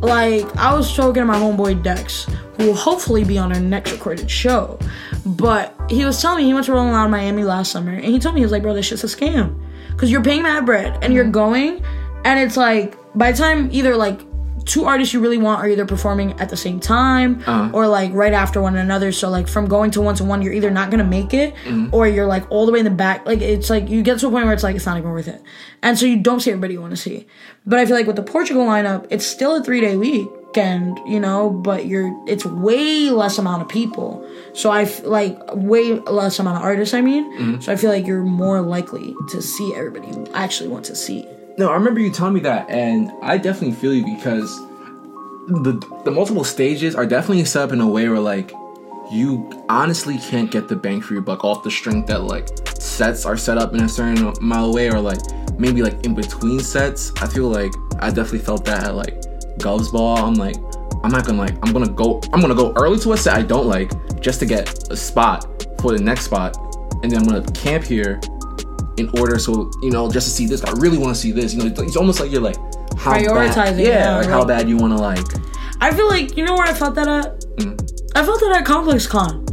S1: Like I was talking to my homeboy Dex, who will hopefully be on our next recorded show. But he was telling me he went to Rolling Loud Miami last summer, and he told me he was like, "Bro, this shit's a scam, because you're paying mad bread and you're going, and it's like by the time either like two artists you really want are either performing at the same time or like right after one another. So like from going to one to one, you're either not gonna make it or you're like all the way in the back. Like it's like you get to a point where it's like it's not even worth it, and so you don't see everybody you want to see. But I feel like with the Portugal lineup, it's still a three day weekend, you know, but you're it's way less amount of people. So I f- like way less amount of artists. I mean, so I feel like you're more likely to see everybody you actually want to see.
S2: No, I remember you telling me that, and I definitely feel you because the the multiple stages are definitely set up in a way where like you honestly can't get the bang for your buck off the strength that like sets are set up in a certain amount of way or like maybe like in between sets. I feel like I definitely felt that at like Gov's ball. I'm like, I'm not gonna like I'm gonna go I'm gonna go early to a set I don't like just to get a spot for the next spot and then I'm gonna camp here in order so you know just to see this i really want to see this you know it's, it's almost like you're like how bad-
S1: Prioritizing,
S2: yeah,
S1: yeah,
S2: like how
S1: right.
S2: bad you want to like
S1: I feel like you know where I felt that at. I felt that at Complex Con.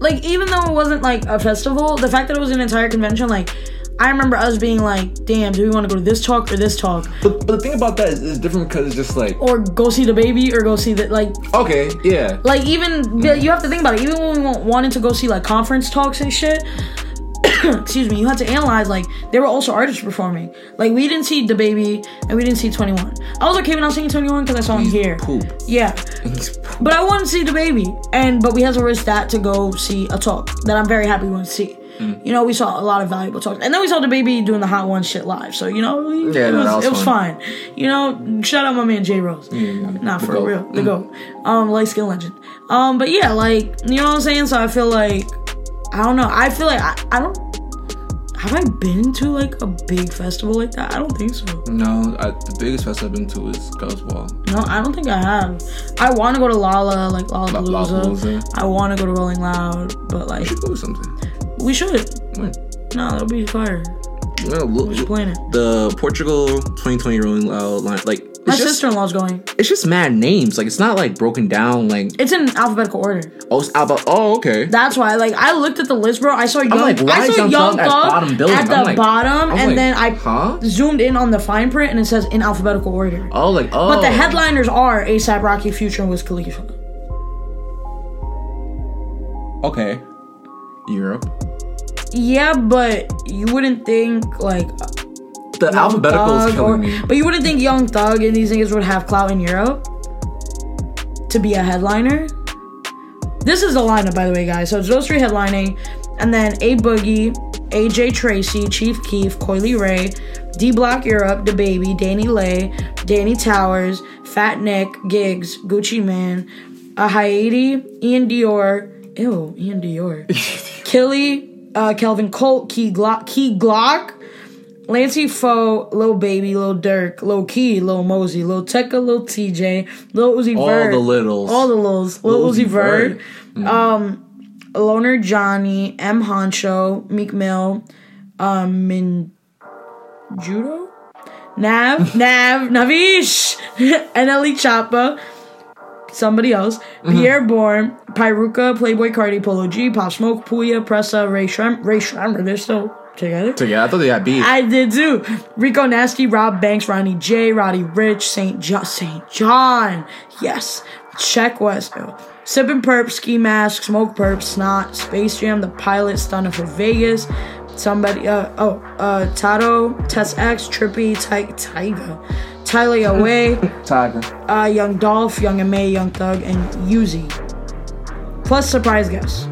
S1: Like even though it wasn't like a festival, the fact that it was an entire convention, like I remember us being like, "Damn, do we want to go to this talk or this talk,
S2: but, but the thing about that is, is different because it's just like
S1: or go see the baby or go see the like
S2: okay yeah
S1: like even you have to think about it. Even when we wa- wanted to go see like conference talks and shit, excuse me, you had to analyze like there were also artists performing. Like we didn't see the baby and we didn't see Twenty One. I was okay with not seeing Twenty One because I saw him here.
S2: poop
S1: Yeah, But I wanted to see the baby, and but we had to risk that to go see a talk that I'm very happy we went to see.
S2: Hmm.
S1: You know, we saw a lot of valuable talks, and then we saw the baby doing the hot one shit live. So you know, we-
S2: Yeah,
S1: it,
S2: no,
S1: was,
S2: that was
S1: it was
S2: fun.
S1: fine. You know, shout out my man Jay Rose.
S2: yeah.
S1: Not
S2: The
S1: for
S2: GOAT. Hmm.
S1: real, the goat, um, light skin legend. Um, but yeah, like you know what I'm saying. So I feel like I don't know. I feel like I, I don't. Have I been to like a big festival like that? I don't think so.
S2: no I, the biggest fest i've been to is ghost ball
S1: No, I don't think I have. I want to go to Lala, like Lollapalooza.
S2: Lollapalooza.
S1: I want to go to Rolling Loud, but like
S2: we should go to something
S1: we should.
S2: when
S1: No, that'll be fire.
S2: no, look,
S1: should plan it.
S2: the portugal 2020 rolling loud line like
S1: My
S2: it's just
S1: sister-in-law's going.
S2: it's just mad names like it's not like broken down like
S1: It's in alphabetical order.
S2: oh it's about oh okay
S1: That's why. Like I looked at the list, bro. I saw young.
S2: like, why
S1: I
S2: is
S1: saw
S2: Young
S1: young
S2: Thug at
S1: Thug
S2: bottom billing?
S1: at the
S2: I'm like-
S1: bottom,
S2: I'm
S1: and
S2: like,
S1: then I
S2: huh?
S1: zoomed in on the fine print, and it says in alphabetical order.
S2: oh like oh
S1: But the headliners are ASAP Rocky, Future, and Wiz Khalifa.
S2: okay europe
S1: Yeah, but you wouldn't think like
S2: the alphabetical is
S1: Thug
S2: killing
S1: or-
S2: me
S1: But you wouldn't think Young Thug and these niggas would have clout in Europe to be a headliner. This is the lineup, by the way, guys. So it's those three headlining, and then A Boogie, AJ Tracy, Chief Keef, Coily Ray, D Block Europe, The Baby, Danny Lay, Danny Towers, Fat Nick, Gigs, Gucci Man, a Haiti, Ian Dior. Ew, Ian Dior. Killy, uh, Kelvin Colt, Key Glock, Key Glock, Lancey Foe, Lil Baby, Lil Dirk, Lil Key, Lil Mosey, Lil Tekka, Lil TJ, Lil Uzi
S2: All
S1: Vert.
S2: the littles.
S1: All the Lils. Lil,
S2: Lil
S1: Uzi,
S2: Uzi
S1: Vert.
S2: Vert.
S1: Um, Loner Johnny, M. Honcho, Meek Mill, um, Min Judo? Nav, Nav, Navish, NLE Choppa, somebody else, Pierre Bourne, Pyruka, Playboy Cardi, Polo G, Pop Smoke, Puya, Pressa, Ray Shrem, Ray Shremmer, they're still together.
S2: So yeah, I thought they had beef.
S1: I did too. Rico Nasty, Rob Banks, Ronnie J, Roddy Rich, St. John, St. John. Yes. Check West. Sippin' Perp, Ski Mask, Smoke Perp, Snot, Space Jam, The Pilot, Stunner for Vegas. Somebody, uh, oh, uh, Tato, Test X, Trippy, Ty- Tyga, Tyler Away,
S2: Tiger.
S1: uh, Young Dolph, Young MA, Young Thug, and Uzi. Plus surprise guest.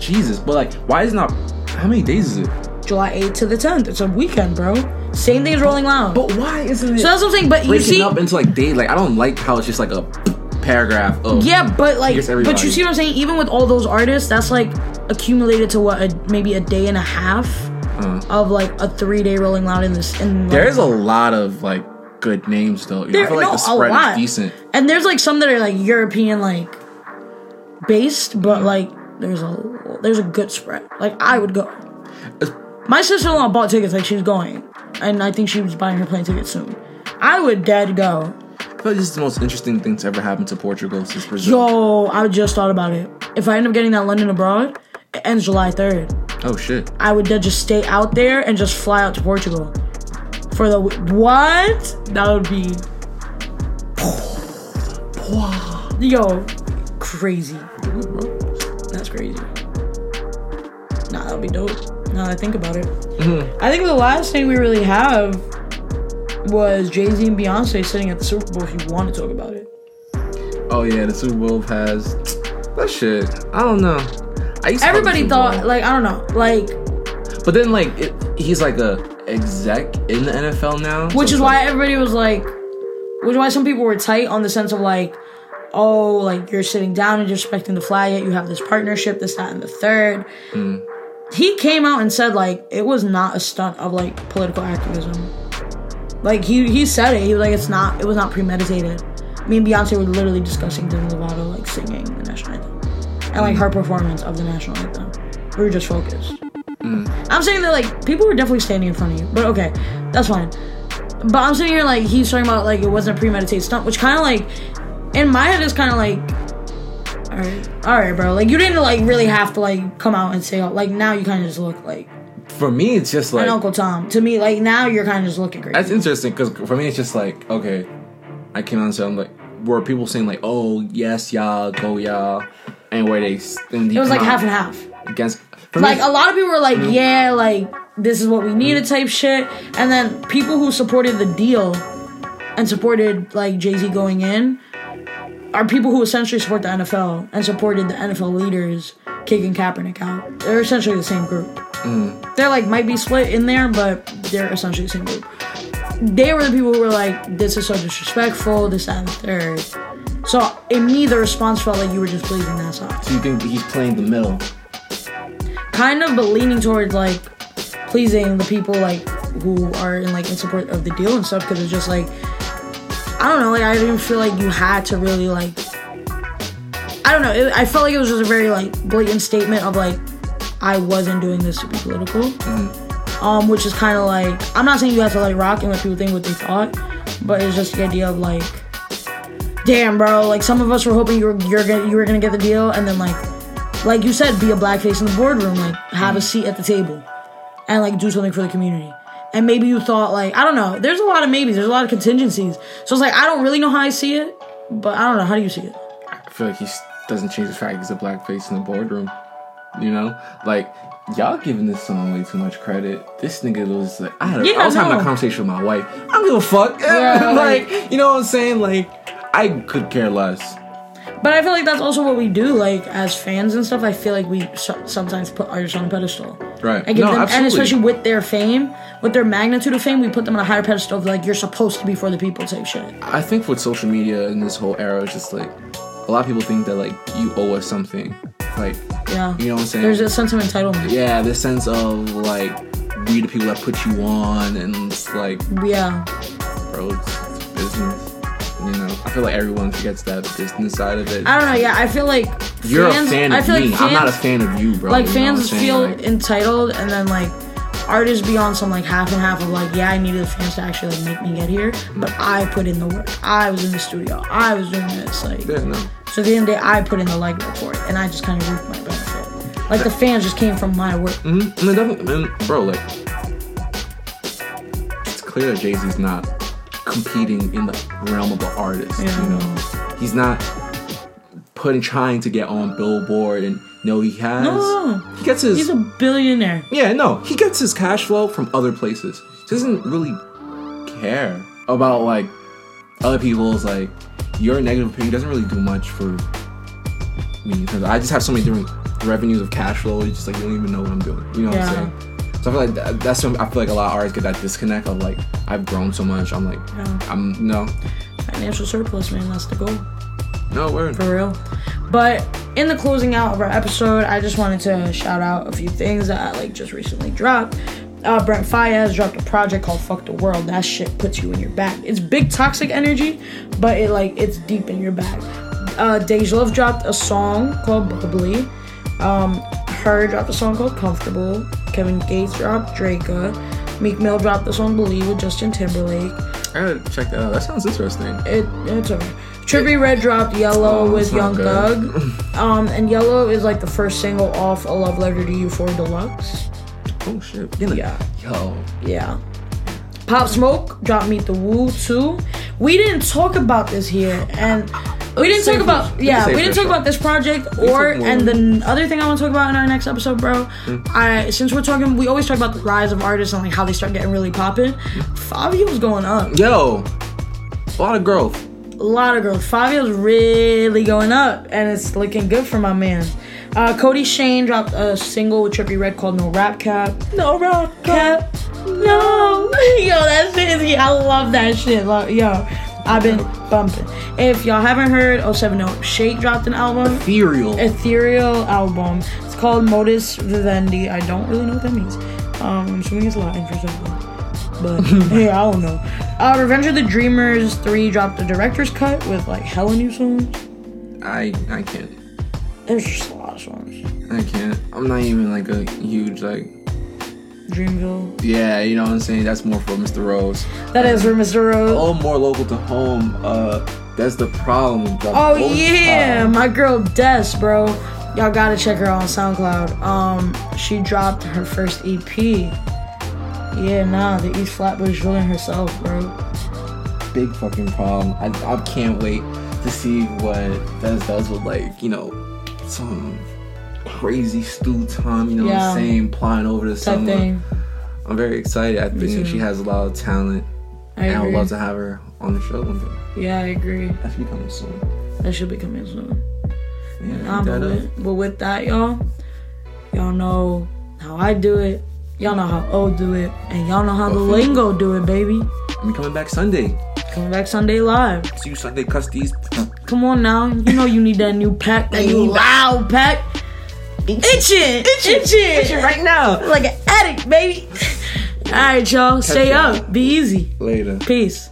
S2: Jesus, but like, why is it not? How many days is it?
S1: July 8th to the 10th. It's a weekend, bro. Same thing as Rolling Loud.
S2: But why isn't it
S1: So that's what I'm saying. But you
S2: breaking
S1: see,
S2: up into like days? Like, I don't like how it's just like a paragraph. Of,
S1: yeah, but like,
S2: Here's
S1: but
S2: everybody.
S1: you see what I'm saying? Even with all those artists, that's like accumulated to what a, maybe a day and a half
S2: Uh-huh.
S1: of like a three day Rolling Loud in this. In like,
S2: There is a lot of like good names though. You know, I
S1: There-
S2: feel like
S1: no,
S2: the
S1: a
S2: spread is
S1: lot.
S2: decent.
S1: and there's like some that are like European like based, but
S2: Mm-hmm.
S1: like there's a there's a good spread. Like I would go. My sister in law bought tickets. Like she's going, and I think she was buying her plane ticket soon. I would dead go.
S2: I feel like this is the most interesting thing to ever happen to Portugal since Brazil.
S1: Yo, I just thought about it. If I end up getting that London abroad, it ends July third.
S2: Oh shit.
S1: I would then just stay out there and just fly out to Portugal for the w- what? That would be yo crazy. That's crazy. Nah, that'd be dope. Now that I think about it,
S2: Mm-hmm.
S1: I think the last thing we really have was Jay Z and Beyonce sitting at the Super Bowl. If you want to talk about it,
S2: Oh yeah, the Super Bowl has that shit. I don't know. I used to love the
S1: everybody
S2: Super
S1: thought
S2: Bowl.
S1: like I don't know, like
S2: but then like it, he's like a exec in the NFL now,
S1: which
S2: so
S1: is
S2: it's
S1: why
S2: like-
S1: everybody was like which is why some people were tight on the sense of like oh like you're sitting down and you're respecting the flag yet you have this partnership this that and the third he came out and said like it was not a stunt of like political activism like he he said it he was like it's not it was not premeditated me and beyonce were literally discussing demi lovato like singing the national anthem and like her performance of the national anthem we were just focused i'm saying that like people were definitely standing in front of you but okay that's fine but I'm sitting here like he's talking about like it wasn't a premeditated stunt, which kind of like in my head is kind of like, all right, all right, bro. Like you didn't like really have to like come out and say oh, like now you kind of just look like
S2: for me it's just
S1: an
S2: like
S1: Uncle Tom to me. Like now you're kind of just looking crazy.
S2: That's interesting because for me, it's just like, okay, I came out and said, I'm like, were people saying, like, oh, yes, y'all, go, y'all? And where they. And
S1: It was like half and half.
S2: Against. For
S1: Like oh.
S2: me, Mm.
S1: a lot of people were like, yeah, like this is what we needed type shit, and then people who supported the deal and supported like Jay Z going in are people who essentially support the NFL and supported the NFL leaders kicking Kaepernick out. They're essentially the same group.
S2: Mm.
S1: They're like might be split in there, but they're essentially the same group. They were the people who were like, "This is so disrespectful." This that, and the third. So in me, the response felt like you were just bleeding that side
S2: do you think he's playing the middle?
S1: kind of but leaning towards like pleasing the people like who are in like in support of the deal and stuff because it's just like I don't know like I didn't feel like you had to really like I don't know it, I felt like it was just a very like blatant statement of like I wasn't doing this to be political um which is kind of like I'm not saying you have to like rock and let people think what they thought but it's just the idea of like damn bro like some of us were hoping you were you're gonna you were gonna get the deal and then like like you said, be a black face in the boardroom, like have a seat at the table, and like do something for the community. And maybe you thought like I don't know. There's a lot of maybes. There's a lot of contingencies. So it's like I don't really know how I see it, but I don't know how do you see it.
S2: I feel like he s- doesn't change the fact he's a black face in the boardroom. You know? Like, y'all giving this song way too much credit. This nigga was like, I, had a,
S1: Yeah,
S2: I was having
S1: no.
S2: a conversation with my wife. I don't give a fuck.
S1: Yeah,
S2: like, you know what I'm saying? Like, I could care less.
S1: But I feel like that's also what we do, like as fans and stuff. I feel like we so- sometimes put artists on a pedestal.
S2: Right.
S1: I give
S2: No,
S1: them,
S2: absolutely.
S1: and especially with their fame, with their magnitude of fame, we put them on a higher pedestal of like you're supposed to be for the people type shit.
S2: I think with social media and this whole era, it's just like a lot of people think that like you owe us something, like
S1: Yeah.
S2: you know what I'm saying.
S1: There's a sense of entitlement.
S2: yeah, this sense of like we the people that put you on, and it's like
S1: yeah.
S2: bro, it's, it's business. You know, I feel like everyone forgets that business side of it.
S1: I don't know. Yeah, I feel like
S2: You're
S1: fans,
S2: a fan of
S1: I feel
S2: me.
S1: like fans,
S2: I'm not a fan of you, bro.
S1: Like
S2: you know what I'm
S1: fans
S2: saying?
S1: feel
S2: Like,
S1: entitled, and then like artists be on some like half and half of like, yeah, I needed the fans to actually like make me get here, but I put in the work. I was in the studio. I was doing this. Like,
S2: yeah, no.
S1: so at the end of the day, I put in the legwork for it, and I just kind of reaped my benefit. Like the fans just came from my work.
S2: Mhm. No, definitely, man, bro. Like, it's clear that Jay Z's not competing in the realm of the artist.
S1: Yeah.
S2: You know, he's not putting trying to get on Billboard, and no, he has.
S1: No.
S2: he gets his.
S1: Oh, He's a billionaire.
S2: yeah, no, he gets his cash flow from other places. He doesn't really care about like other people's like your negative opinion doesn't really do much for me because I just have so many different revenues of cash flow. It's just like you don't even know what I'm doing. You know what
S1: Yeah.
S2: I'm saying? So I feel like that, that's what I feel like a lot of artists get that disconnect of like I've grown so much. I'm like
S1: Yeah.
S2: I'm no
S1: Financial surplus, man. That's the goal.
S2: no word.
S1: for real. But in the closing out of our episode, I just wanted to shout out a few things that I like just recently dropped. Uh, Brent Fire has dropped a project called "Fuck the World." That shit puts you in your bag. It's big toxic energy, but it like it's deep in your bag. Uh, Dej Love dropped a song called "Bubbly." Um, her dropped a song called "Comfortable." Kevin Gates dropped "Draca." Meek Mill dropped the song "Believe" with Justin Timberlake.
S2: I gotta check that out. That sounds interesting.
S1: It, it's okay. Trippy Red dropped Yellow
S2: Oh,
S1: with
S2: it's
S1: Young
S2: not good.
S1: Thug. Um, and Yellow is like the first single off A Love Letter to You for Deluxe.
S2: Oh shit.
S1: Yeah.
S2: Yo.
S1: Yeah. Pop Smoke dropped Meet the Woo too. We didn't talk about this here, and we didn't
S2: save
S1: talk about
S2: it. We
S1: yeah,
S2: can save
S1: we
S2: it
S1: didn't
S2: for
S1: talk
S2: sure.
S1: about this project
S2: can
S1: or
S2: talk more.
S1: and the n- other thing I want to talk about in our next episode, bro.
S2: Hmm.
S1: I since we're talking, we always talk about the rise of artists and like how they start getting really popping. Fabio's going up.
S2: Yo. A lot of growth.
S1: a lot of girls. Fabio's really going up, and it's looking good for my man. Uh, Cody Shane dropped a single with Trippy Red called "No Rap Cap." No rap cap. No. yo, that shit is. I love that shit. Lo- Yo, I've been bumping. If y'all haven't heard, 070 Shake dropped an album
S2: Ethereal.
S1: ethereal album. It's called Modus Vivendi. I don't really know what that means. Um, I'm assuming it's Latin for something. But hey, I don't know. Uh, Revenge of the Dreamers 3 dropped the director's cut with like hella new songs.
S2: I I can't.
S1: There's just a lot of songs.
S2: I can't. I'm not even like a huge like
S1: Dreamville.
S2: yeah, you know what I'm saying? That's more for Mr. Rose.
S1: That is for Mr.
S2: A
S1: Rose.
S2: little more local to home. Uh that's the problem. The
S1: Oh,
S2: most
S1: yeah,
S2: problem.
S1: my girl Des, bro. Y'all gotta check her out on SoundCloud. Um, she dropped her first EP. Yeah, nah, the East Flatbush villain herself, bro.
S2: big fucking problem. I, I can't wait to see what Des does with like, you know, some crazy stew time, you know what
S1: Yeah.
S2: I'm saying, plying over to
S1: Type
S2: someone.
S1: thing.
S2: I'm very excited. I think she has a lot of talent.
S1: I
S2: and I would
S1: agree.
S2: love to have her on the show one day.
S1: Yeah, I agree.
S2: That's becoming soon.
S1: That should be coming soon.
S2: Yeah,
S1: I'm
S2: that uh,
S1: with
S2: up.
S1: it. But with that, y'all, y'all know how I do it. Y'all know how O do it. And y'all know how the
S2: Official.
S1: lingo do it, baby.
S2: I'm coming back Sunday.
S1: Coming back Sunday live.
S2: See you Sunday, Custies.
S1: Come on now. You know you need that new pack, that
S2: Need
S1: new
S2: that.
S1: loud pack. Itching, itching, itching,
S2: Right now.
S1: like an addict, baby. All right, y'all. Stay
S2: y'all.
S1: up. Be easy.
S2: Later.
S1: Peace.